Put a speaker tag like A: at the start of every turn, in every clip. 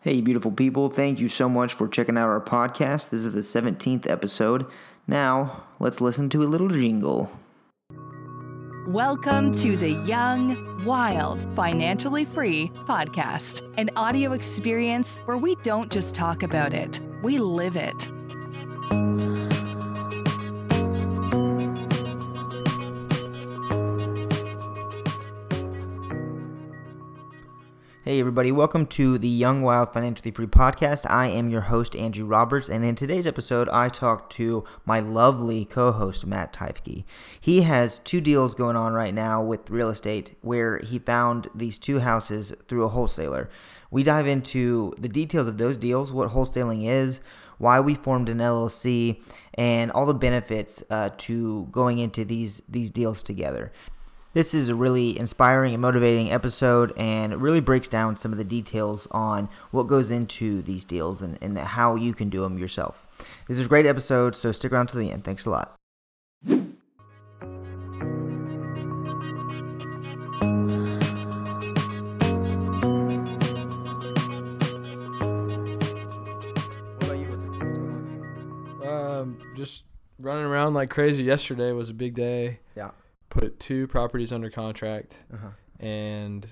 A: Hey, beautiful people, thank you so much for checking out our podcast. This is the 17th episode. Now, let's listen to a little jingle.
B: Welcome to the Young, Wild, Financially Free podcast, an audio experience where we don't just talk about it, we live it.
A: Hey, everybody, welcome to the Young Wild Financially Free podcast. I am your host, Andrew Roberts, and in today's episode, I talked to my lovely co host, Matt Teifke. He has two deals going on right now with real estate where he found these two houses through a wholesaler. We dive into the details of those deals, what wholesaling is, why we formed an LLC, and all the benefits uh, to going into these, these deals together. This is a really inspiring and motivating episode and it really breaks down some of the details on what goes into these deals and, and how you can do them yourself. This is a great episode, so stick around to the end. Thanks a lot. Uh-huh.
C: Um, just running around like crazy. Yesterday was a big day.
A: Yeah.
C: Put two properties under contract,
A: Uh-huh.
C: and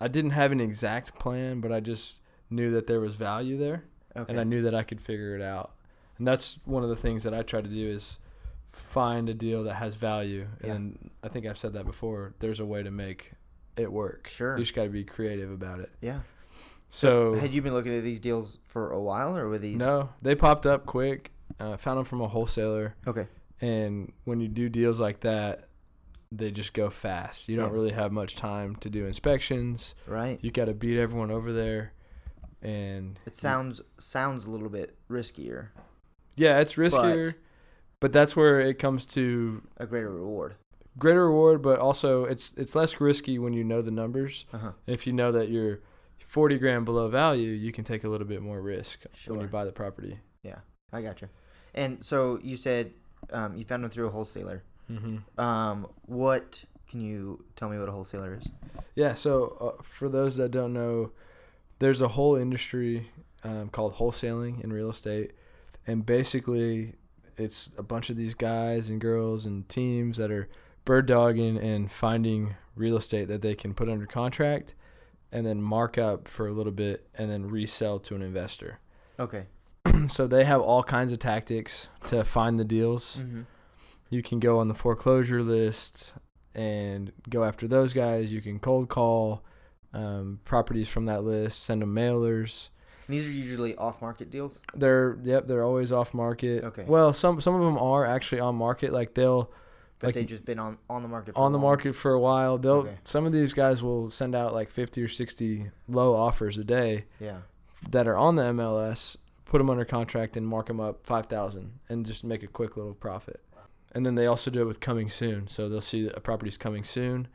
C: I didn't have an exact plan, but I just knew that there was value there,
A: Okay.
C: and I knew that I could figure it out. And that's one of the things that I try to do is find a deal that has value.
A: Yeah.
C: And I think I've said that before. There's a way to make it work.
A: Sure.
C: You just got to be creative about it.
A: yeah.
C: So
A: Had you been looking at these deals for a while or were these?
C: no, they popped up quick. Uh, found them from a wholesaler.
A: Okay.
C: And when you do deals like that, they just go fast. You don't
A: Yeah.
C: really have much time to do inspections.
A: Right.
C: You got to beat everyone over there. And
A: It sounds sounds a little bit riskier.
C: yeah, it's riskier, but, that's where it comes to
A: A greater reward.
C: greater reward, but also it's it's less risky when you know the numbers.
A: Uh-huh.
C: If you know that you're 40 grand below value, you can take a little bit more risk when
A: Sure.
C: you buy the property.
A: I gotcha. And so you said um, you found them through a wholesaler.
C: Mm-hmm.
A: Um, what can you tell me what a wholesaler is?
C: Yeah. So uh, for those that don't know, there's a whole industry um, called wholesaling in real estate, and basically, it's a bunch of these guys and girls and teams that are bird dogging and finding real estate that they can put under contract, and then mark up for a little bit, and then resell to an investor.
A: Okay.
C: so they have all kinds of tactics to find the deals
A: Mm-hmm.
C: you can go on the foreclosure list and go after those guys. You can cold call um, properties from that list, send them mailers.
A: These are usually off-market deals.
C: They're yep, they're always off market.
A: Okay.
C: Well, some some of them are actually on market. Like they'll
A: But
C: Like-
A: they've just been on, on the market. For
C: on the
A: long.
C: market for a while. They'll
A: Okay.
C: some of these guys will send out like 50 or 60 low offers a day
A: Yeah.
C: that are on the MLS, put them under contract and mark them up 5,000 and just make a quick little profit. And then they also do it with coming soon. So they'll see that a property's coming soon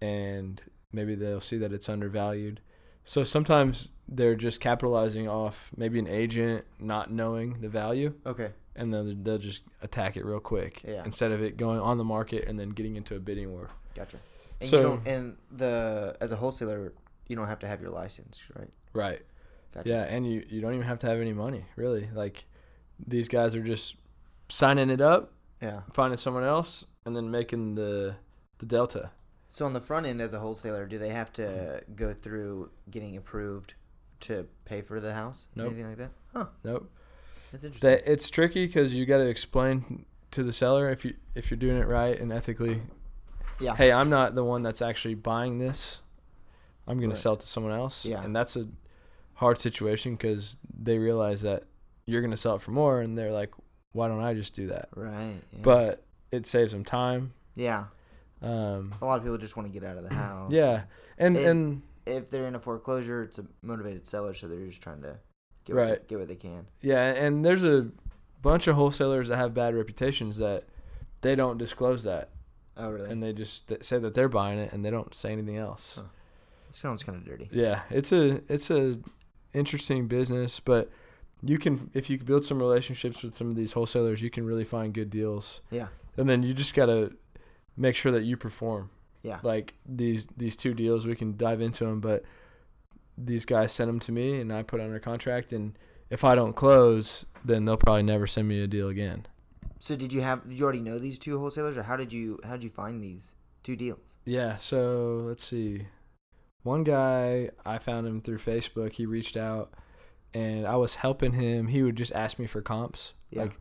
C: and maybe they'll see that it's undervalued. So sometimes they're just capitalizing off maybe an agent not knowing the value
A: Okay.
C: and then they'll just attack it real quick
A: Yeah.
C: instead of it going on the market and then getting into a bidding war.
A: Gotcha. And
C: So-
A: you don't, and the as a wholesaler, you don't have to have your license, right?
C: Right.
A: Gotcha.
C: Yeah, and you, you don't even have to have any money, really. Like these guys are just signing it up
A: Yeah.
C: finding someone else and then making the the delta.
A: So on the front end, as a wholesaler, do they have to
C: Mm-hmm.
A: go through getting approved to pay for the house?
C: Nope.
A: Anything like that? Huh.
C: Nope.
A: That's interesting.
C: That it's tricky because you got to explain to the seller if you if you're doing it right and ethically.
A: yeah.
C: Hey, I'm not the one that's actually buying this. I'm gonna
A: Right.
C: sell it to someone else.
A: Yeah.
C: And that's a hard situation because they realize that you're gonna sell it for more, and they're like, "Why don't I just do that?"
A: Right. Yeah.
C: But it saves them time.
A: yeah,
C: Um,
A: a lot of people just want to get out of the house.
C: yeah, and
A: It-
C: and
A: If they're in a foreclosure, it's a motivated seller, so they're just trying to get what they,
C: Right.
A: get what they can.
C: Yeah, and there's a bunch of wholesalers that have bad reputations that they don't disclose that,
A: Oh, really?
C: and they just th- say that they're buying it, and they don't say anything else.
A: Huh. It sounds kind of dirty.
C: Yeah, it's a it's a interesting business, but you can if you build some relationships with some of these wholesalers, you can really find good deals.
A: Yeah.
C: and then you just gotta make sure that you perform.
A: Yeah.
C: like these these two deals, we can dive into them, but these guys send them to me and I put it under contract. And if I don't close, then they'll probably never send me a deal again.
A: So did you have did you already know these two wholesalers, or how did you how did you find these two deals?
C: Yeah. So let's see. One guy, I found him through Facebook. He reached out and I was helping him. He would just ask me for comps.
A: Yeah.
C: Like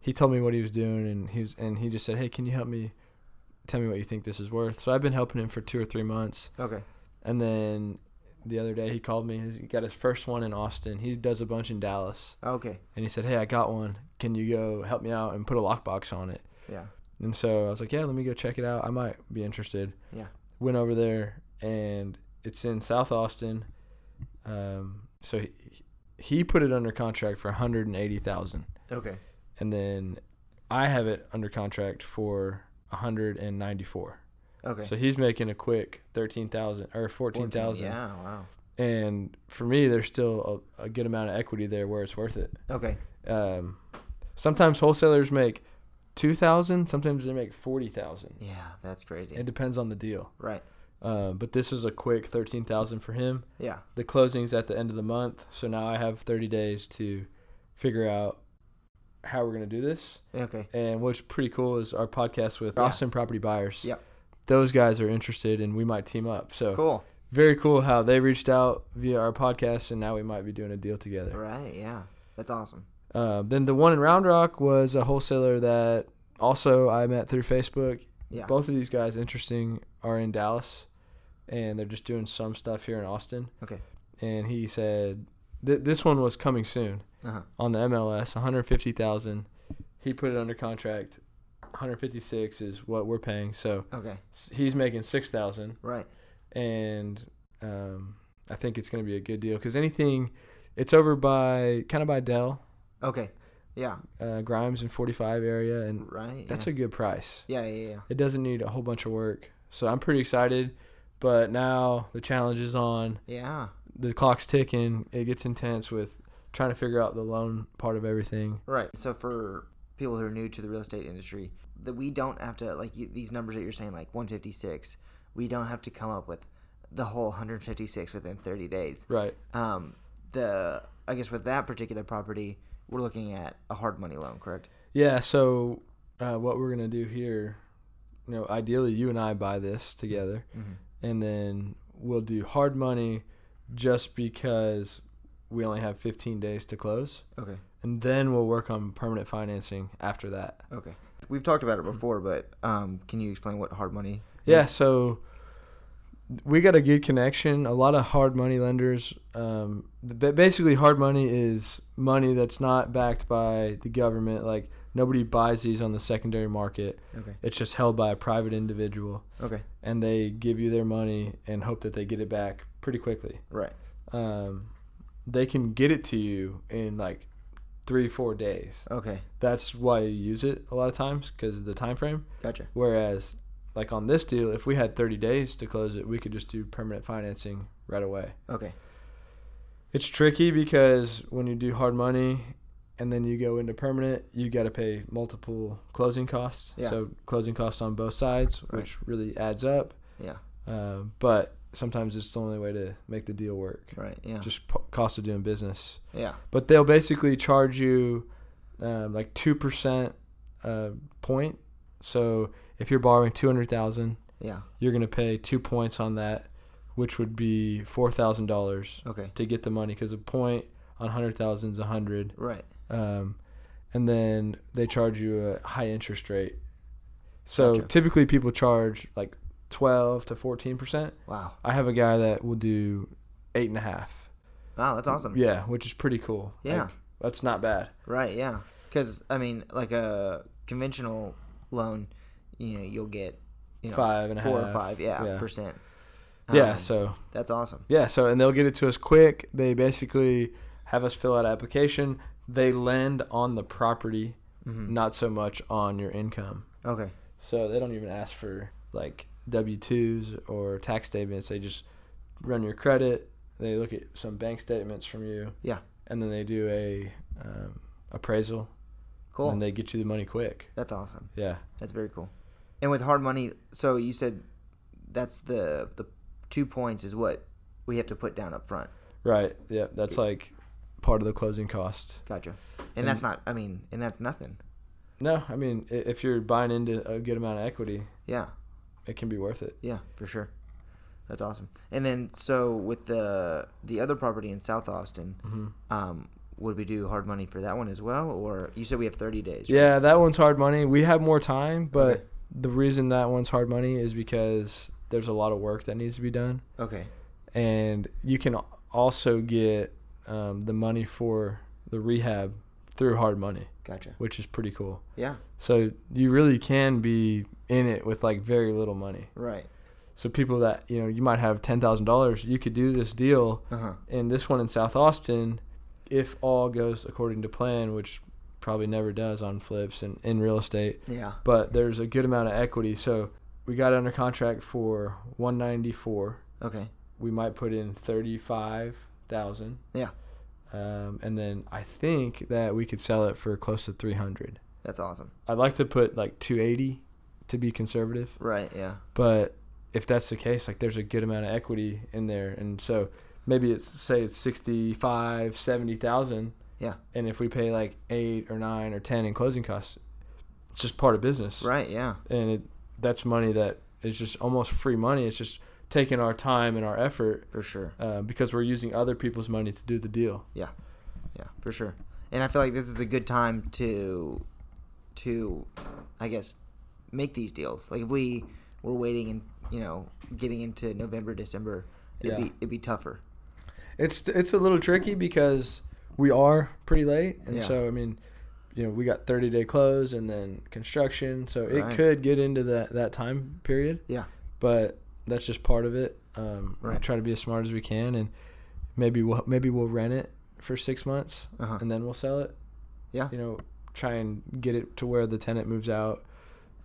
C: he told me what he was doing and he was and he just said, Hey, can you help me tell me what you think this is worth? So I've been helping him for two or three months.
A: Okay.
C: And then the other day he called me. He's- He got his first one in Austin. He does a bunch in Dallas.
A: Okay.
C: And he said, Hey, I got one. Can you go help me out and put a lockbox on it?
A: Yeah.
C: And so I was like, Yeah, let me go check it out. I might be interested.
A: Yeah.
C: Went over there and it's in South Austin. Um, so he, he put it under contract for 180000
A: Okay.
C: And then I have it under contract for 194
A: Okay.
C: So he's making a quick 13000 or
A: 14,
C: 14000
A: Yeah. Wow.
C: and for me there's still a, a good amount of equity there where it's worth it
A: Okay.
C: um, sometimes wholesalers make 2000 sometimes they make 40000
A: Yeah. That's crazy.
C: it depends on the deal
A: right.
C: um, but this is a quick 13000 for him
A: Yeah.
C: the closing's at the end of the month so now i have 30 days to figure out how we're going to do this
A: Okay.
C: and what's pretty cool is our podcast with
A: Yeah.
C: austin property buyers
A: Yep.
C: those guys are interested and we might team up so
A: Cool.
C: very cool how they reached out via our podcast and now we might be doing a deal together
A: Right. Yeah. That's awesome.
C: Uh, then the one in Round Rock was a wholesaler that also I met through Facebook.
A: Yeah.
C: Both of these guys, interesting, are in Dallas, and they're just doing some stuff here in Austin.
A: Okay.
C: And he said th- this one was coming soon
A: Uh huh.
C: on the MLS, 150,000. He put it under contract. 156 is what we're paying, so
A: Okay.
C: s- he's making 6,000
A: Right.
C: and um, I think it's going to be a good deal because anything, it's over by kind of by Dell,
A: Okay. Yeah.
C: uh, Grimes and 45 area, and
A: Right.
C: that's a
A: yeah.
C: good price.
A: Yeah. Yeah. Yeah.
C: It doesn't need a whole bunch of work, so I'm pretty excited. But now the challenge is on.
A: Yeah.
C: The clock's ticking. It gets intense with trying to figure out the loan part of everything.
A: Right. So for people who are new to the real estate industry, that we don't have to like you, these numbers that you're saying, like 156. We don't have to come up with the whole 156 within 30 days.
C: Right.
A: Um, the I guess with that particular property, we're looking at a hard money loan, correct?
C: Yeah. So uh, what we're gonna do here, you know, ideally you and I buy this together, and then we'll do hard money, just because we only have 15 days to close,
A: Okay.
C: and then we'll work on permanent financing after that.
A: Okay. We've talked about it before, but um, can you explain what hard money?
C: Yeah,
A: is?
C: so we got a good connection. A lot of hard money lenders. Um, ba- basically, hard money is money that's not backed by the government. Like nobody buys these on the secondary market.
A: Okay.
C: It's just held by a private individual,
A: Okay.
C: and they give you their money and hope that they get it back pretty quickly.
A: Right.
C: Um, they can get it to you in like three, four days.
A: Okay.
C: That's why you use it a lot of times because of the time frame.
A: Gotcha.
C: Whereas, like on this deal, if we had 30 days to close it, we could just do permanent financing right away.
A: Okay.
C: It's tricky because when you do hard money and then you go into permanent, you got to pay multiple closing costs.
A: Yeah.
C: So, closing costs on both sides,
A: Right.
C: which really adds up.
A: Yeah.
C: Uh, but sometimes it's the only way to make the deal work.
A: Right. Yeah.
C: Just po- cost of doing business.
A: yeah.
C: But they'll basically charge you um, like 2% uh, point. So, if you're borrowing 200000
A: Yeah.
C: you're going to pay two points on that, which would be four thousand dollars
A: Okay.
C: to get the money because a point on hundred thousand is a hundred,
A: Right.
C: um, and then they charge you a high interest rate. So
A: Gotcha.
C: typically people charge like twelve to fourteen percent.
A: Wow.
C: I have a guy that will do eight and a half.
A: Wow. That's awesome.
C: Yeah, which is pretty cool.
A: Yeah.
C: Like, that's not bad.
A: Right, yeah. Because I mean, like a conventional loan, you know, you'll get you know
C: Five and a
A: four or
C: half,
A: five, yeah,
C: yeah.
A: percent.
C: yeah.
A: Um,
C: So
A: that's awesome.
C: Yeah, so and they'll get it to us quick. They basically have us fill out an application. They lend on the property,
A: Mm-hmm.
C: not so much on your income.
A: Okay,
C: So they don't even ask for like W twos or tax statements. They just run your credit. They look at some bank statements from you,
A: yeah,
C: and then they do a um, appraisal,
A: cool.
C: and they get you the money quick.
A: that's awesome.
C: Yeah,
A: That's very cool. And with hard money, so you said that's the the two points is what we have to put down up front.
C: Right. Yeah. That's like part of the closing cost.
A: Gotcha. And, that's not. I mean, and that's nothing.
C: No, I mean, i- if you're buying into a good amount of equity,
A: Yeah.
C: it can be worth it.
A: Yeah. For sure. That's awesome. And then so with the the other property in South Austin,
C: Mm-hmm.
A: um, would we do hard money for that one as well, or you said we have thirty days? right?
C: Yeah, that one's hard money. We have more time, but
A: Okay.
C: the reason that one's hard money is because there's a lot of work that needs to be done,
A: Okay.
C: and you can also get um, the money for the rehab through hard money,
A: Gotcha.
C: which is pretty cool.
A: Yeah.
C: So you really can be in it with like very little money.
A: Right.
C: So people that you know you might have ten thousand dollars, you could do this deal,
A: Uh huh.
C: and this one in South Austin, if all goes according to plan, which probably never does on flips and in real estate
A: Yeah.
C: but there's a good amount of equity. So we got under contract for 194.
A: Okay.
C: We might put in 35,000.
A: Yeah.
C: Um, and then I think that we could sell it for close to 300.
A: That's awesome.
C: I'd like to put like 280 to be conservative,
A: Right. Yeah.
C: but if that's the case, like there's a good amount of equity in there, and so maybe it's say it's 65, 70,000.
A: Yeah.
C: And if we pay like eight or nine or ten in closing costs, it's just part of business
A: Right. Yeah.
C: and it, that's money that is just almost free money. It's just taking our time and our effort
A: For sure.
C: uh, because we're using other people's money to do the deal.
A: Yeah, yeah, for sure. And I feel like this is a good time to, to, I guess, make these deals. Like if we were waiting and you know getting into November, December, it'd
C: Yeah.
A: be it'd be tougher.
C: It's it's a little tricky because we are pretty late, and
A: Yeah.
C: so I mean, you know, we got thirty day close and then construction, so
A: Right.
C: it could get into that that time period.
A: Yeah.
C: but that's just part of it. Um, we
A: Right.
C: Try to be as smart as we can, and maybe we'll maybe we'll rent it for six months,
A: Uh-huh.
C: and then we'll sell it.
A: Yeah.
C: you know, try and get it to where the tenant moves out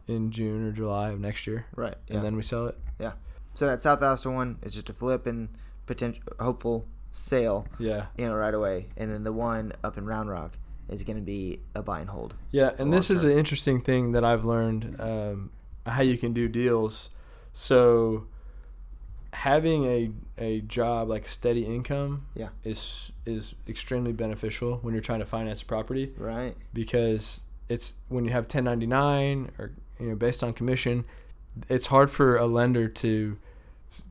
C: in June or July of next year,
A: Right.
C: and then we sell it.
A: yeah. So that South Austin one is just a flip and potential hopeful sale,
C: Yeah,
A: you know, right away. And then the one up in Round Rock is going to be a buy and hold.
C: yeah. And this
A: long
C: is an interesting thing that I've learned um, how you can do deals. So having a a job like steady income
A: Yeah.
C: is is extremely beneficial when you're trying to finance property.
A: Right.
C: because it's when you have 1099 or you know based on commission it's hard for a lender to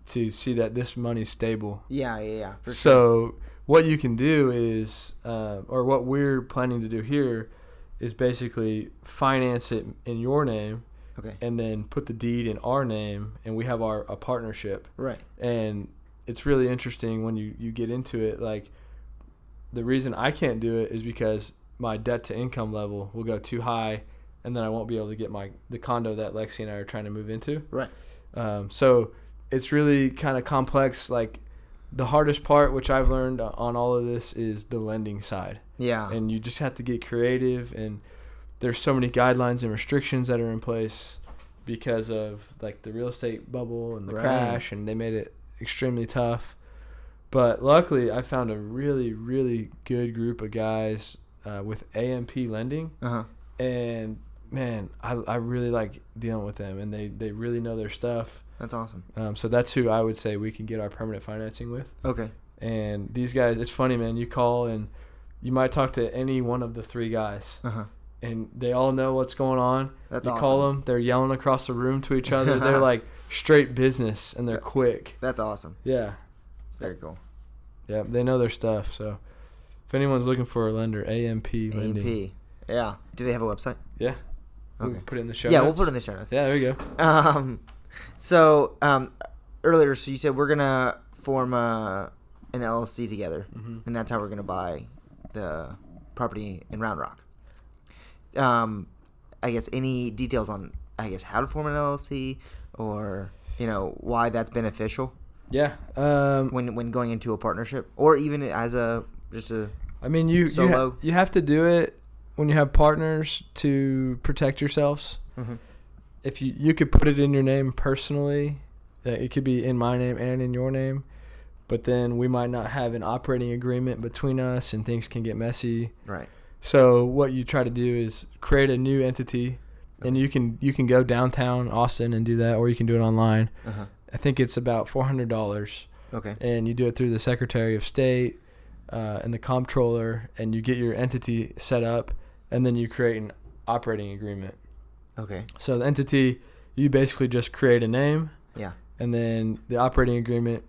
C: to see that this money's stable
A: Yeah. Yeah. Yeah. For sure.
C: so what you can do is uh, or what we're planning to do here is basically finance it in your name
A: Okay.
C: and then put the deed in our name and we have our a partnership
A: Right.
C: and it's really interesting when you you get into it like the reason i can't do it is because my debt to income level will go too high and then i won't be able to get my the condo that lexi and i are trying to move into
A: Right.
C: um, so it's really kind of complex like the hardest part which i've learned on all of this is the lending side
A: Yeah.
C: and you just have to get creative and there's so many guidelines and restrictions that are in place because of like the real estate bubble and the
A: Right.
C: crash and they made it extremely tough but luckily i found a really really good group of guys uh, with amp lending
A: uh huh.
C: and man I, I really like dealing with them and they, they really know their stuff
A: That's awesome.
C: um, so that's who i would say we can get our permanent financing with
A: Okay.
C: and these guys it's funny man you call and you might talk to any one of the three guys
A: Uh huh.
C: and they all know what's going on
A: That's
C: you
A: awesome.
C: call them they're yelling across the room to each other they're like straight business and they're quick
A: That's awesome.
C: yeah
A: It's very cool.
C: yeah they know their stuff so if anyone's looking for a lender amp lending
A: AMP. Yeah. Do they have a website?
C: yeah we
A: Okay.
C: can put it in the show
A: yeah,
C: notes.
A: we'll put it in the show notes.
C: yeah there you go
A: Um, so um, earlier, so you said we're gonna form a, an LLC together, and that's how we're gonna buy the property in Round Rock. Um, I guess any details on I guess how to form an LLC or you know why that's beneficial
C: yeah um
A: when when going into a partnership or even as a just a
C: i mean you you, ha-
A: Solo.
C: you have to do it when you have partners to protect yourselves if you you could put it in your name personally, uh, it could be in my name and in your name, but then we might not have an operating agreement between us, and things can get messy.
A: right
C: So what you try to do is create a new entity, and you can you can go downtown Austin and do that, or you can do it online. I think it's about four hundred dollars,
A: Okay.
C: and you do it through the Secretary of State uh, and the Comptroller, and you get your entity set up, and then you create an operating agreement.
A: Okay.
C: So the entity, you basically just create a name,
A: Yeah.
C: and then the operating agreement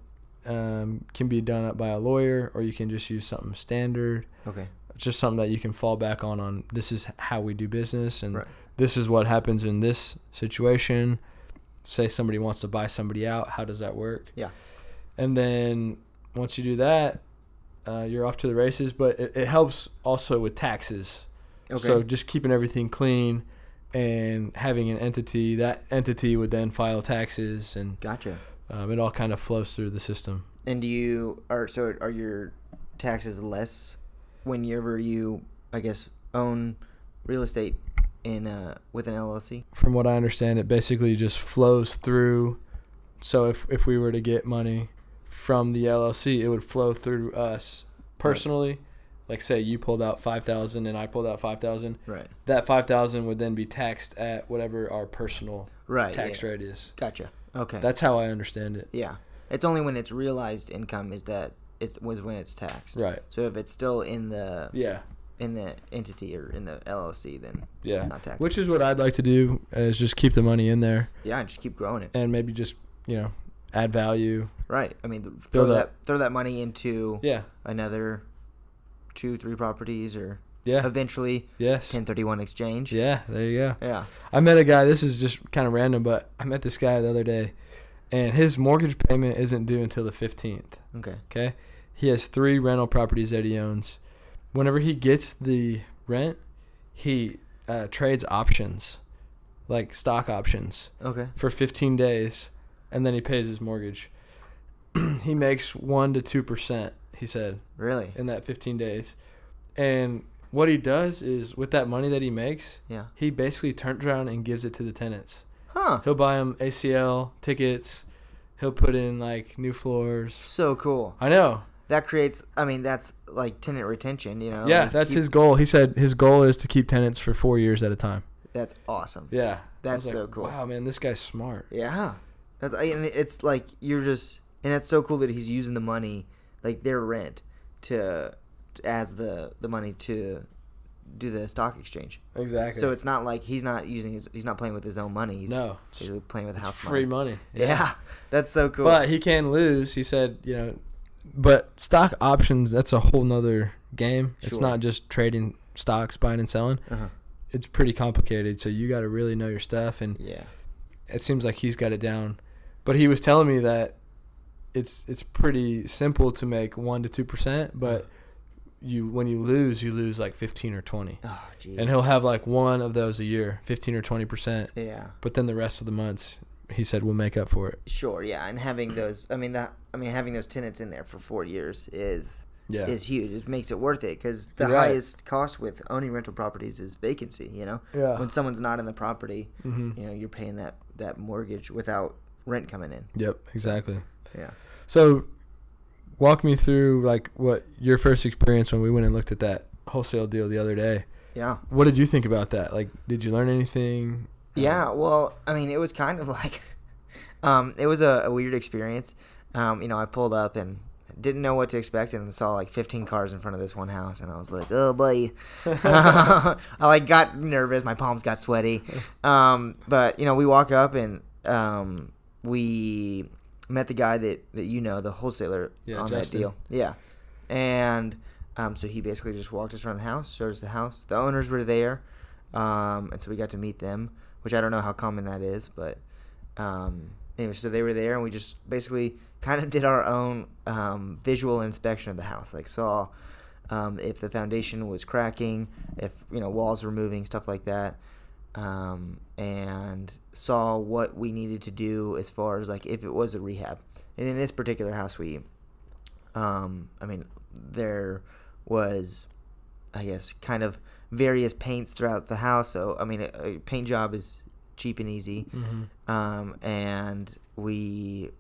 C: um, can be done up by a lawyer, or you can just use something standard,
A: Okay.
C: just something that you can fall back on. On this is how we do business, and
A: Right.
C: this is what happens in this situation. Say somebody wants to buy somebody out, how does that work?
A: Yeah.
C: and then once you do that, uh, you're off to the races. But it, it helps also with taxes.
A: Okay.
C: So just keeping everything clean and having an entity, that entity would then file taxes, and
A: gotcha.
C: um, it all kind of flows through the system.
A: And do you are so are your taxes less whenever you I guess own real estate in uh with an LLC?
C: From what I understand, it basically just flows through. So if if we were to get money from the LLC, it would flow through us personally. Like say you pulled out five thousand and I pulled out five thousand.
A: Right.
C: that 5000 would then be taxed at whatever our personal
A: Right.
C: tax
A: yeah.
C: rate is
A: Gotcha. Okay.
C: that's how i understand it
A: yeah. It's only when it's realized income is that it was when it's taxed.
C: right
A: So if it's still in the
C: yeah
A: in the entity or in the LLC, then
C: yeah
A: not taxed.
C: which is what i'd like to do is just keep the money in there
A: yeah, and just keep growing it.
C: and maybe just you know add value
A: Right. I mean, th- throw,
C: that-
A: that, throw that money into
C: yeah
A: another two, three properties, or
C: yeah
A: eventually
C: yes
A: 1031 exchange.
C: yeah there you go
A: Yeah.
C: i met a guy this is just kind of random but i met this guy the other day and his mortgage payment isn't due until the 15th
A: Okay.
C: Okay. He has three rental properties that he owns. Whenever he gets the rent, he uh, trades options, like stock options,
A: Okay.
C: for 15 days, and then he pays his mortgage. he makes 1% to 2%, he said,
A: Really?
C: in that 15 days. And what he does is with that money that he makes,
A: Yeah.
C: he basically turns around and gives it to the tenants.
A: Huh.
C: He'll buy them ACL tickets, he'll put in like new floors.
A: So cool.
C: I know.
A: That creates. I mean, that's like tenant retention. You know.
C: Yeah,
A: like,
C: that's
A: keep-
C: his goal. He said his goal is to keep tenants for four years at a time.
A: That's awesome. Yeah.
C: Yeah,
A: That's
C: I was
A: so cool.
C: Wow, man, this guy's smart.
A: That's. I, and it's like you're just, and that's so cool that he's using the money, like their rent, to, as the the money to, do the stock exchange.
C: Exactly.
A: So it's not like he's not using his. He's not playing with his own money. He's,
C: no
A: He's playing with the house
C: free
A: money.
C: money.
A: Yeah. that's so cool.
C: but he can lose. He said, you know, but stock options that's a whole nother game. It's
A: Sure.
C: not just trading stocks, buying and selling.
A: Uh-huh.
C: It's pretty complicated. So you got to really know your stuff, and
A: yeah,
C: it seems like he's got it down. But he was telling me that it's it's pretty simple to make one to two percent, but you when you lose, you lose like fifteen or twenty.
A: oh jeez.
C: and he'll have like one of those a year, fifteen or twenty percent.
A: yeah,
C: But then the rest of the months, he said, we'll make up for it.
A: sure, yeah, and having those. I mean that. I mean having those tenants in there for four years is
C: Yeah,
A: is huge. It makes it worth it because the
C: You're right.
A: highest cost with owning rental properties is vacancy. You know,
C: Yeah.
A: when someone's not in the property,
C: hmm
A: you know, you're paying that that mortgage without rent coming in.
C: Yep, exactly.
A: Yeah.
C: So, walk me through like what your first experience when we went and looked at that wholesale deal the other day.
A: Yeah.
C: What did you think about that? Like, did you learn anything?
A: Yeah, well, I mean, it was kind of like, um, it was a, a weird experience. Um, you know, I pulled up and didn't know what to expect, and saw like 15 cars in front of this one house, and I was like, oh boy. I like got nervous, my palms got sweaty. Um, but you know, we walk up and um, we met the guy that that you know, the wholesaler
C: Yeah,
A: on
C: Justin.
A: that deal. Yeah, and um, so he basically just walked us around the house, showed us the house. The owners were there, um, and so we got to meet them, which I don't know how common that is, but um, anyway, so they were there, and we just basically kind of did our own um, visual inspection of the house, like saw um, if the foundation was cracking, if you know walls were moving, stuff like that. Um, and saw what we needed to do as far as like if it was a rehab. And in this particular house, we um, I mean, there was, I guess, kind of various paints throughout the house. So, I mean, a, a paint job is cheap and easy. Um, and we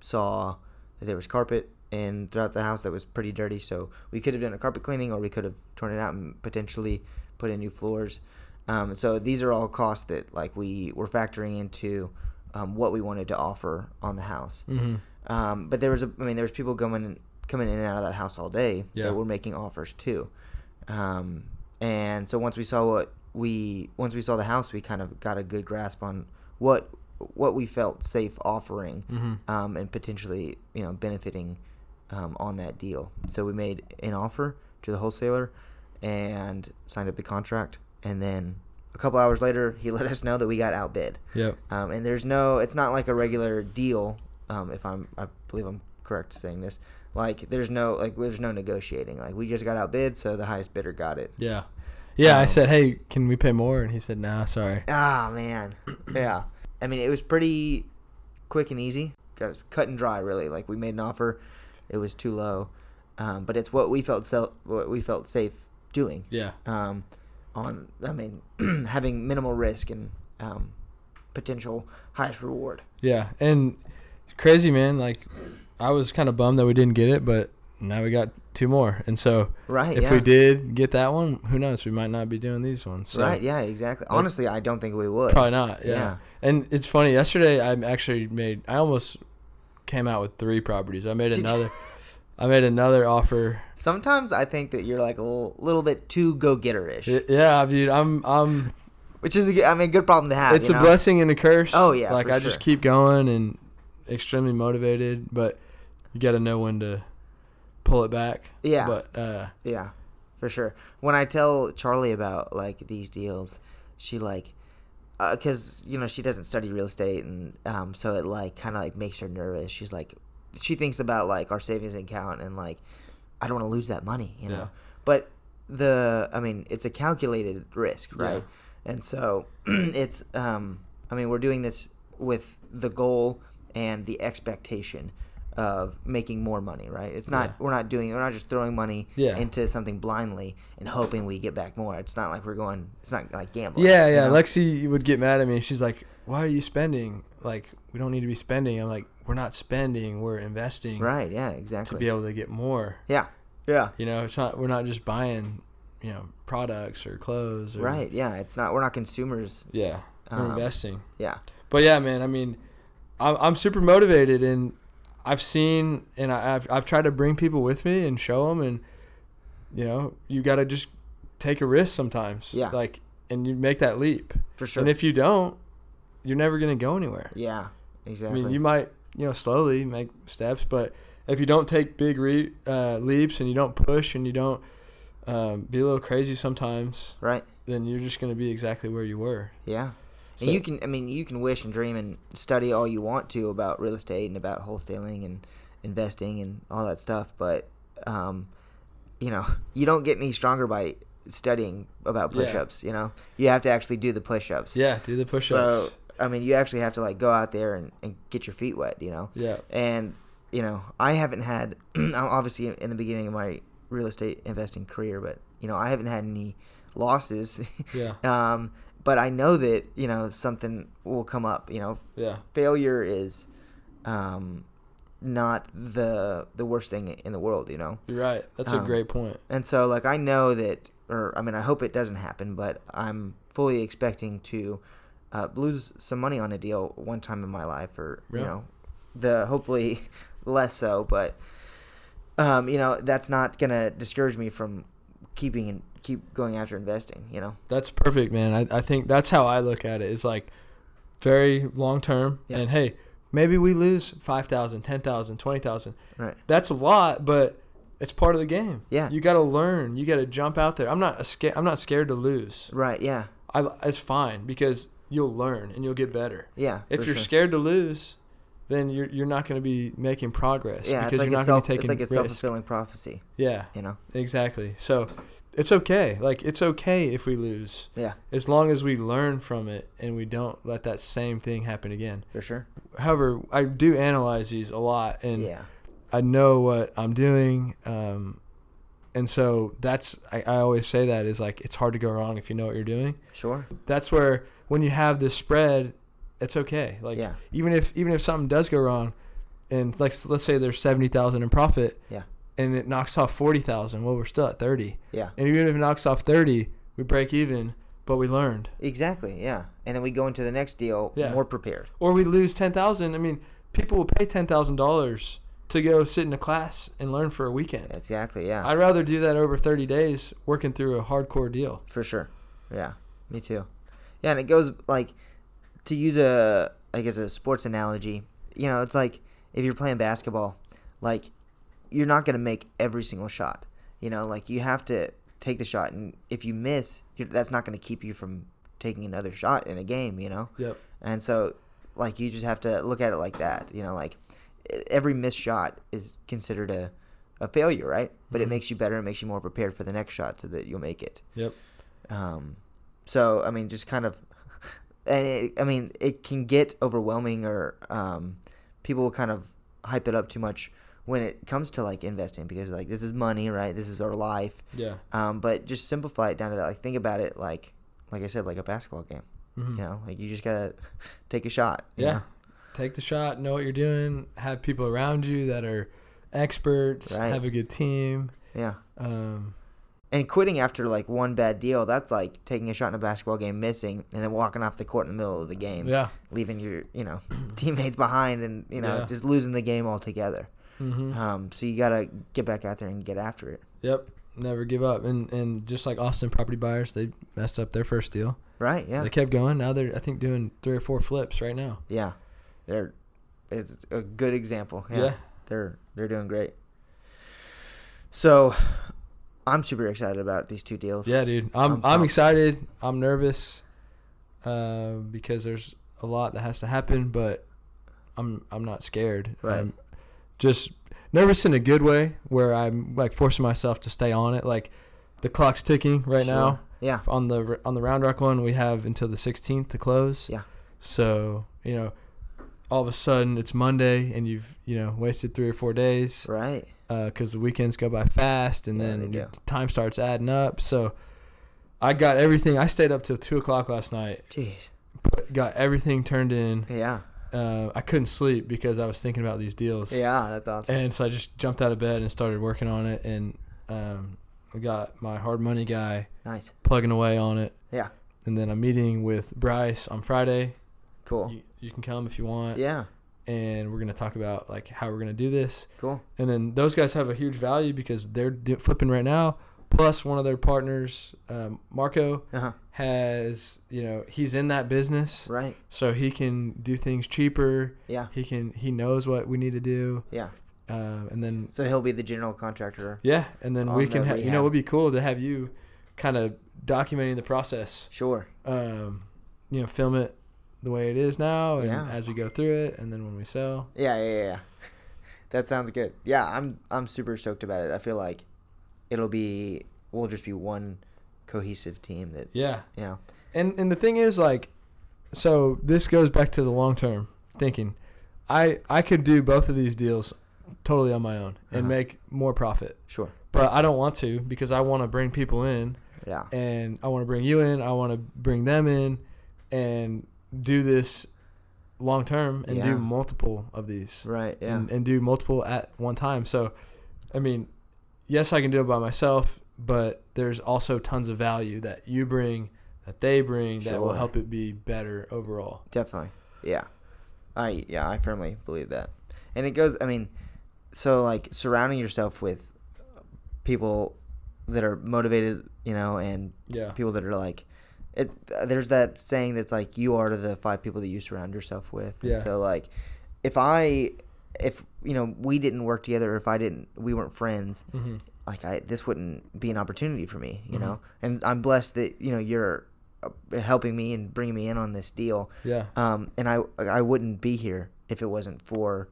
A: saw that there was carpet and throughout the house that was pretty dirty. So we could have done a carpet cleaning, or we could have torn it out and potentially put in new floors. Um, so these are all costs that like we were factoring into um, what we wanted to offer on the house.
C: Mm-hmm.
A: Um, but there was, a, I mean, there was people going coming in and out of that house all day
C: Yeah.
A: that were making offers too. Um, and so once we saw what we once we saw the house, we kind of got a good grasp on what what we felt safe offering um, and potentially you know benefiting um, on that deal. So we made an offer to the wholesaler and signed up the contract, and then a couple hours later, he let us know that we got outbid.
C: Yep.
A: Um, and there's no, it's not like a regular deal. Um, if I'm, I believe I'm correct saying this. Like there's no, like there's no negotiating. Like we just got outbid, so the highest bidder got it.
C: Yeah. Yeah, I
A: Um,
C: said, "Hey, can we pay more?" And he said, "Nah, sorry."
A: Ah man, yeah. I mean, it was pretty quick and easy. Got cut and dry, really. Like we made an offer, it was too low, um, but it's what we felt so, what we felt safe doing.
C: Yeah.
A: um, on I mean having minimal risk and um, potential highest reward.
C: Yeah, and crazy man, like I was kind of bummed that we didn't get it, but now we got two more, and so
A: Right.
C: if
A: yeah.
C: we did get that one, who knows? We might not be doing these ones. So
A: right. Yeah. Exactly. Honestly, I don't think we would.
C: Probably not. Yeah.
A: Yeah.
C: And it's funny. Yesterday, I actually made. I almost came out with three properties. I made
A: Did-
C: another. I made another offer.
A: Sometimes I think that you're like a little, little bit too go-getter-ish,
C: Y- Yeah, dude. I'm. I'm.
A: which is a, good- I mean, a good problem to have.
C: it's
A: you
C: a
A: know?
C: blessing and a curse.
A: Oh, yeah,
C: Like
A: for
C: I just
A: sure.
C: keep going and extremely motivated, but you got to know when to pull it back.
A: Yeah.
C: But uh,
A: Yeah, for sure. When I tell Charlie about like these deals, she like, because you know she doesn't study real estate, and um, so it like kind of like makes her nervous. She's like, she thinks about like our savings account and like, I don't want to lose that money, you know.
C: Yeah.
A: But the, I mean, it's a calculated risk, right? And so it's, um, I mean, we're doing this with the goal and the expectation of making more money, right? It's not
C: Yeah.
A: we're not doing we're not just throwing money
C: Yeah.
A: into something blindly and hoping we get back more. It's not like we're going. It's not like gambling.
C: Yeah,
A: you
C: yeah.
A: know?
C: Lexi would get mad at me. She's like, "Why are you spending? Like, we don't need to be spending." I'm like, "We're not spending. We're investing
A: right. Yeah,
C: to
A: exactly.
C: be able to get more."
A: yeah, yeah.
C: You know, it's not. We're not just buying, you know, products or clothes. Or,
A: Right. Yeah. It's not. We're not consumers.
C: Yeah. We're
A: Um,
C: investing.
A: Yeah.
C: But yeah, man. I mean, I'm, I'm super motivated, and I've seen, and I, I've I've tried to bring people with me and show them, and you know, you got to just take a risk sometimes.
A: Yeah.
C: Like, and you make that leap.
A: For sure.
C: And if you don't, you're never gonna go anywhere.
A: yeah.
C: I
A: Exactly.
C: mean, you might you know slowly make steps, but if you don't take big re- uh, leaps and you don't push and you don't um, be a little crazy sometimes,
A: right.
C: then you're just gonna be exactly where you were.
A: Yeah. And
C: So-
A: you can, I mean, you can wish and dream and study all you want to about real estate and about wholesaling and investing and all that stuff, but um, you know, you don't get any stronger by studying about
C: Yeah.
A: push-ups. You know, you have to actually do the push-ups.
C: Yeah, do the push-ups.
A: So, I mean, you actually have to like go out there and, and get your feet wet. You know.
C: yeah,
A: And you know, I haven't had I'm obviously in the beginning of my real estate investing career, but you know, I haven't had any losses.
C: Yeah.
A: um, but I know that you know something will come up. You know,
C: yeah,
A: failure is um, not the the worst thing in the world. You know,
C: you're right. That's a
A: Um,
C: great point.
A: and so like I know that, or I mean, I hope it doesn't happen, but I'm fully expecting to uh, lose some money on a deal one time in my life, or you
C: Yeah.
A: know, the hopefully less so, but um, you know, that's not gonna discourage me from keeping and keep going after investing. You know,
C: That's perfect, man. I, I think that's how I look at it. It's like very long term,
A: Yeah.
C: and hey, maybe we lose 5,000, 10,000, 20,000.
A: right?
C: that's a lot, but it's part of the game.
A: Yeah.
C: You got to learn. You got to jump out there. I'm not a sca- I'm not scared to lose.
A: Right? Yeah.
C: I it's fine because you'll learn and you'll get better.
A: Yeah.
C: If
A: for
C: you're
A: sure.
C: scared to lose, then you're you're not going to be making progress
A: yeah, it's
C: because
A: like
C: you're
A: a
C: not going
A: self,
C: to be
A: it's
C: taking
A: like a self
C: risks.
A: fulfilling prophecy.
C: Yeah,
A: You know?
C: exactly. So it's okay. Like it's okay if we lose
A: Yeah,
C: as long as we learn from it and we don't let that same thing happen again.
A: for sure.
C: However, I do analyze these a lot and
A: Yeah.
C: I know what I'm doing. Um, and so that's, I, I always say that is like, it's hard to go wrong if you know what you're doing.
A: Sure.
C: That's where, when you have this spread, it's okay. Like,
A: Yeah.
C: even if, even if something does go wrong and like, let's say there's 70,000 in profit
A: Yeah.
C: and it knocks off 40,000, well, we're still at 30.
A: Yeah.
C: And even if it knocks off 30, we break even, but we learned.
A: Exactly. Yeah. And then we go into the next deal
C: Yeah.
A: more prepared.
C: Or we lose 10,000. I mean, people will pay ten thousand dollars to go sit in a class and learn for a weekend.
A: Exactly. Yeah.
C: I'd rather do that over thirty days working through a hardcore deal.
A: for sure. Yeah. Me too. Yeah, and it goes like to use a I guess a sports analogy. You know, it's like if you're playing basketball, like you're not gonna make every single shot. You know, like you have to take the shot, and if you miss, you're, that's not gonna keep you from taking another shot in a game. You know.
C: Yep.
A: And so, like, you just have to look at it like that. You know, like e- every missed shot is considered a, a failure, right? But it makes you better. It makes you more prepared for the next shot so that you'll make it.
C: Yep.
A: Um, so, I mean, just kind of, and it, I mean, it can get overwhelming or um, people will kind of hype it up too much when it comes to like investing because like this is money, right? This is our life.
C: Yeah.
A: Um, but just simplify it down to that. Like think about it like like I said, like a basketball game.
C: Mhm.
A: You know, like you just gotta take a shot. you
C: Yeah.
A: know?
C: Take the shot, know what you're doing, have people around you that are experts,
A: Right.
C: have a good team.
A: Yeah.
C: Um,
A: And quitting after like one bad deal, that's like taking a shot in a basketball game, missing, and then walking off the court in the middle of the game,
C: yeah.
A: leaving your you know teammates behind, and you know
C: Yeah.
A: just losing the game altogether.
C: hmm
A: Um, so you gotta get back out there and get after it,
C: Yep. Never give up. And and just like Austin property buyers, they messed up their first deal.
A: right? Yeah,
C: They kept going. Now they're I think doing three or four flips right now.
A: yeah. They're it's a good example.
C: Yeah.
A: yeah. they're they're doing great. So, I'm super excited about these two deals.
C: Yeah, dude. I'm
A: I'm
C: I'm,
A: pumped.
C: excited. I'm nervous uh, because there's a lot that has to happen, but I'm I'm not scared.
A: Right.
C: I'm just nervous in a good way, where I'm like forcing myself to stay on it. Like the clock's ticking right
A: Sure.
C: now
A: Yeah.
C: on the on the Round Rock one. We have until the 16th to close.
A: Yeah.
C: So you know, all of a sudden it's Monday, and you've you know wasted three or four days
A: Right.
C: because the weekends go by fast and
A: Yeah,
C: then
A: they
C: your
A: do.
C: t- time starts adding up. So I got everything. I stayed up till two o'clock last night.
A: Jeez.
C: put- Got everything turned in.
A: Yeah.
C: Uh, I couldn't sleep because I was thinking about these deals.
A: Yeah, that's awesome.
C: And so I just jumped out of bed and started working on it. And um, I got my hard money guy
A: Nice.
C: plugging away on it.
A: Yeah.
C: And then I'm meeting with Bryce on Friday.
A: Cool.
C: You, you can come if you want.
A: Yeah.
C: And we're gonna talk about like how we're gonna do this.
A: Cool.
C: And then those guys have a huge value because they're do- flipping right now. Plus, one of their partners, um, Marco,
A: Uh huh.
C: has you know he's in that business,
A: Right.
C: so he can do things cheaper.
A: Yeah.
C: He can he knows what we need to do,
A: Yeah.
C: um, and then
A: So he'll be the general contractor.
C: yeah, and then
A: On
C: we
A: the
C: can ha- you
A: rehab.
C: know it would be cool to have you kind of documenting the process,
A: Sure.
C: um, you know, film it the way it is now, and
A: Yeah.
C: as we go through it, and then when we sell,
A: Yeah. Yeah. Yeah. yeah. That sounds good. Yeah, I'm I'm super stoked about it. I feel like it'll be we'll just be one cohesive team that
C: yeah,
A: you know.
C: and and the thing is like so this goes back to the long term thinking i i could do both of these deals totally on my own and
A: Uh-huh.
C: make more profit
A: Sure.
C: but i don't want to because i want to bring people in
A: Yeah.
C: and i want to bring you in i want to bring them in and do this long term and
A: Yeah.
C: do multiple of these
A: Right. Yeah.
C: and, and do multiple at one time. So, I mean, yes, I can do it by myself, but there's also tons of value that you bring, that they bring, that will
A: Sure.
C: help it be better overall.
A: Definitely. Yeah. I yeah, I firmly believe that. And it goes I mean, so like surrounding yourself with people that are motivated, you know, and
C: Yeah.
A: people that are like it uh, there's that saying that's like you are the five people that you surround yourself with. And
C: Yeah.
A: so like if I if you know we didn't work together or if I didn't we weren't friends,
C: Mm-hmm.
A: like I this wouldn't be an opportunity for me, you
C: Mhm.
A: know. And I'm blessed that you know you're uh, helping me and bringing me in on this deal
C: Yeah.
A: um, and I I wouldn't be here if it wasn't for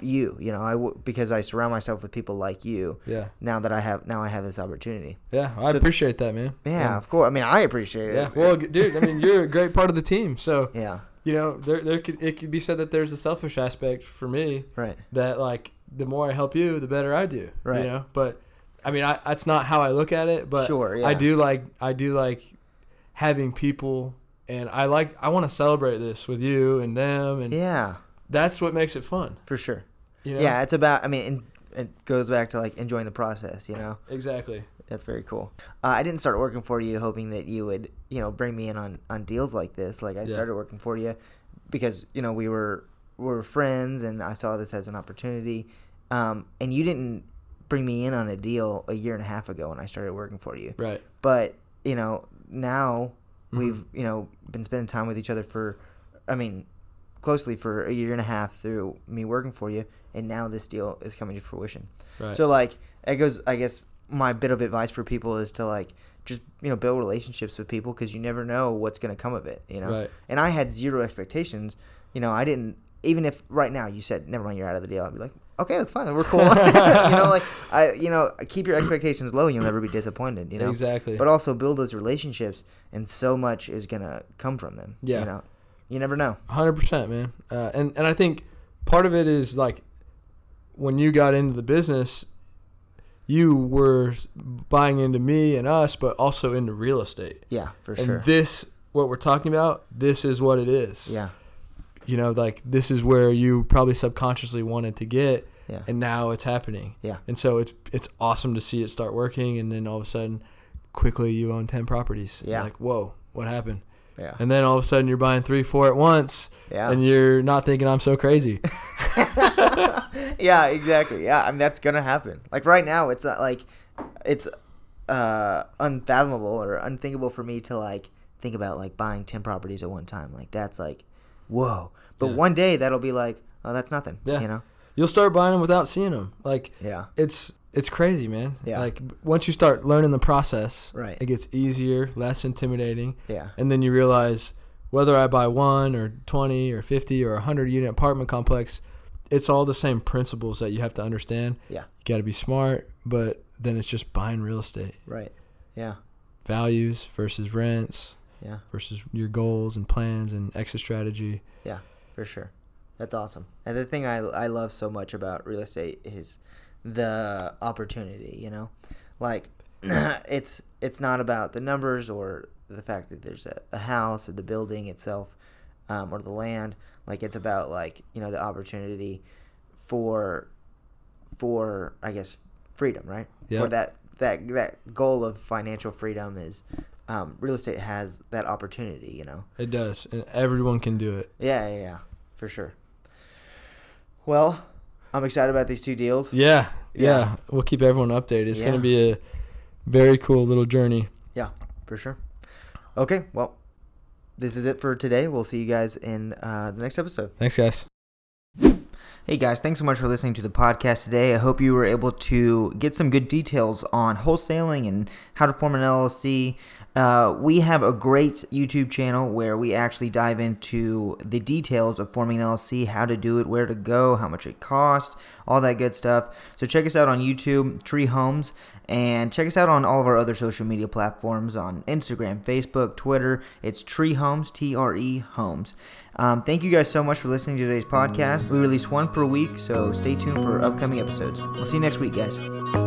A: you. You know, I w- because I surround myself with people like you.
C: Yeah.
A: Now that I have now I have this opportunity.
C: Yeah. I
A: So-
C: appreciate that, man.
A: Yeah, of course. I mean, I appreciate
C: Yeah.
A: it.
C: yeah. Well, g- dude, I mean, you're a great part of the team. So,
A: yeah,
C: you know, there, there could, it could be said that there's a selfish aspect for me
A: right.
C: that, like, the more I help you, the better I do.
A: Right.
C: You know, but I mean, I, that's not how I look at it, but
A: sure. Yeah.
C: I do like I do like having people and I like I want to celebrate this with you and them and
A: Yeah,
C: that's what makes it fun.
A: for sure.
C: You
A: Yeah,
C: know?
A: it's about. I mean, and it goes back to like enjoying the process. You know,
C: Exactly.
A: that's very cool. Uh, I didn't start working for you hoping that you would you know bring me in on on deals like this. Like I
C: Yeah.
A: started working for you because you know we were were friends, and I saw this as an opportunity. Um, and you didn't bring me in on a deal a year and a half ago when I started working for you.
C: Right.
A: But you know now
C: Mm-hmm.
A: we've you know been spending time with each other for, I mean, closely for a year and a half through me working for you, and now this deal is coming to fruition.
C: Right.
A: So like it goes. I guess my bit of advice for people is to like just you know build relationships with people because you never know what's going to come of it. You know.
C: Right.
A: And I had zero expectations. You know, I didn't even if right now you said never mind, you're out of the deal. I'd be like, okay, that's fine, we're cool. you know, like I you know keep your expectations low and you'll never be disappointed. You know.
C: Exactly.
A: But also build those relationships, and so much is gonna come from them.
C: Yeah.
A: You know. You never know.
C: Hundred percent, man. Uh, and and I think part of it is like when you got into the business, you were s- buying into me and us, but also into real estate.
A: Yeah, for
C: and
A: sure.
C: this, what we're talking about, this is what it is.
A: yeah.
C: You know, like this is where you probably subconsciously wanted to get,
A: Yeah.
C: and now it's happening.
A: Yeah.
C: And so it's it's awesome to see it start working, and then all of a sudden, quickly you own ten properties. You're
A: Yeah.
C: Like whoa, what happened?
A: Yeah.
C: And then all of a sudden you're buying three, four at once.
A: Yeah.
C: And you're not thinking I'm so crazy.
A: yeah, exactly. Yeah, I mean that's gonna happen. Like right now, it's not like it's uh, unfathomable or unthinkable for me to like think about like buying ten properties at one time. Like that's like, whoa. But
C: Yeah.
A: one day that'll be like, oh, that's nothing.
C: Yeah.
A: You know.
C: You'll start buying them without seeing them. Like
A: Yeah.
C: it's it's crazy, man.
A: Yeah.
C: Like b- once you start learning the process,
A: Right.
C: it gets easier, less intimidating.
A: Yeah.
C: And then you realize whether I buy one or 20 or 50 or 100 unit apartment complex, it's all the same principles that you have to understand.
A: Yeah.
C: You got to be smart, but then it's just buying real estate.
A: Right. Yeah.
C: Values versus rents
A: Yeah.
C: versus your goals and plans and exit strategy.
A: Yeah, for sure. That's awesome. And the thing I, I love so much about real estate is the opportunity, you know? Like it's it's not about the numbers or the fact that there's a, a house or the building itself um, or the land. Like it's about like, you know, the opportunity for for I guess freedom, right?
C: Yeah.
A: For that that that goal of financial freedom is um, real estate has that opportunity, you know.
C: It does, and everyone can do it.
A: Yeah, yeah, yeah, for sure. Well, I'm excited about these two deals.
C: Yeah, yeah.
A: Yeah.
C: We'll keep everyone updated. It's
A: Yeah.
C: gonna be a very cool little journey.
A: Yeah, for sure. Okay, well, this is it for today. We'll see you guys in uh, the next episode.
C: Thanks, guys.
A: Hey guys, thanks so much for listening to the podcast today. I hope you were able to get some good details on wholesaling and how to form an LLC. Uh, we have a great YouTube channel where we actually dive into the details of forming an LLC, how to do it, where to go, how much it costs, all that good stuff. So check us out on YouTube, Tree Homes, and check us out on all of our other social media platforms on Instagram, Facebook, Twitter. It's Tree Homes, T R E Homes. Um, thank you guys so much for listening to today's podcast. We release one per week, so stay tuned for upcoming episodes. We'll see you next week, guys.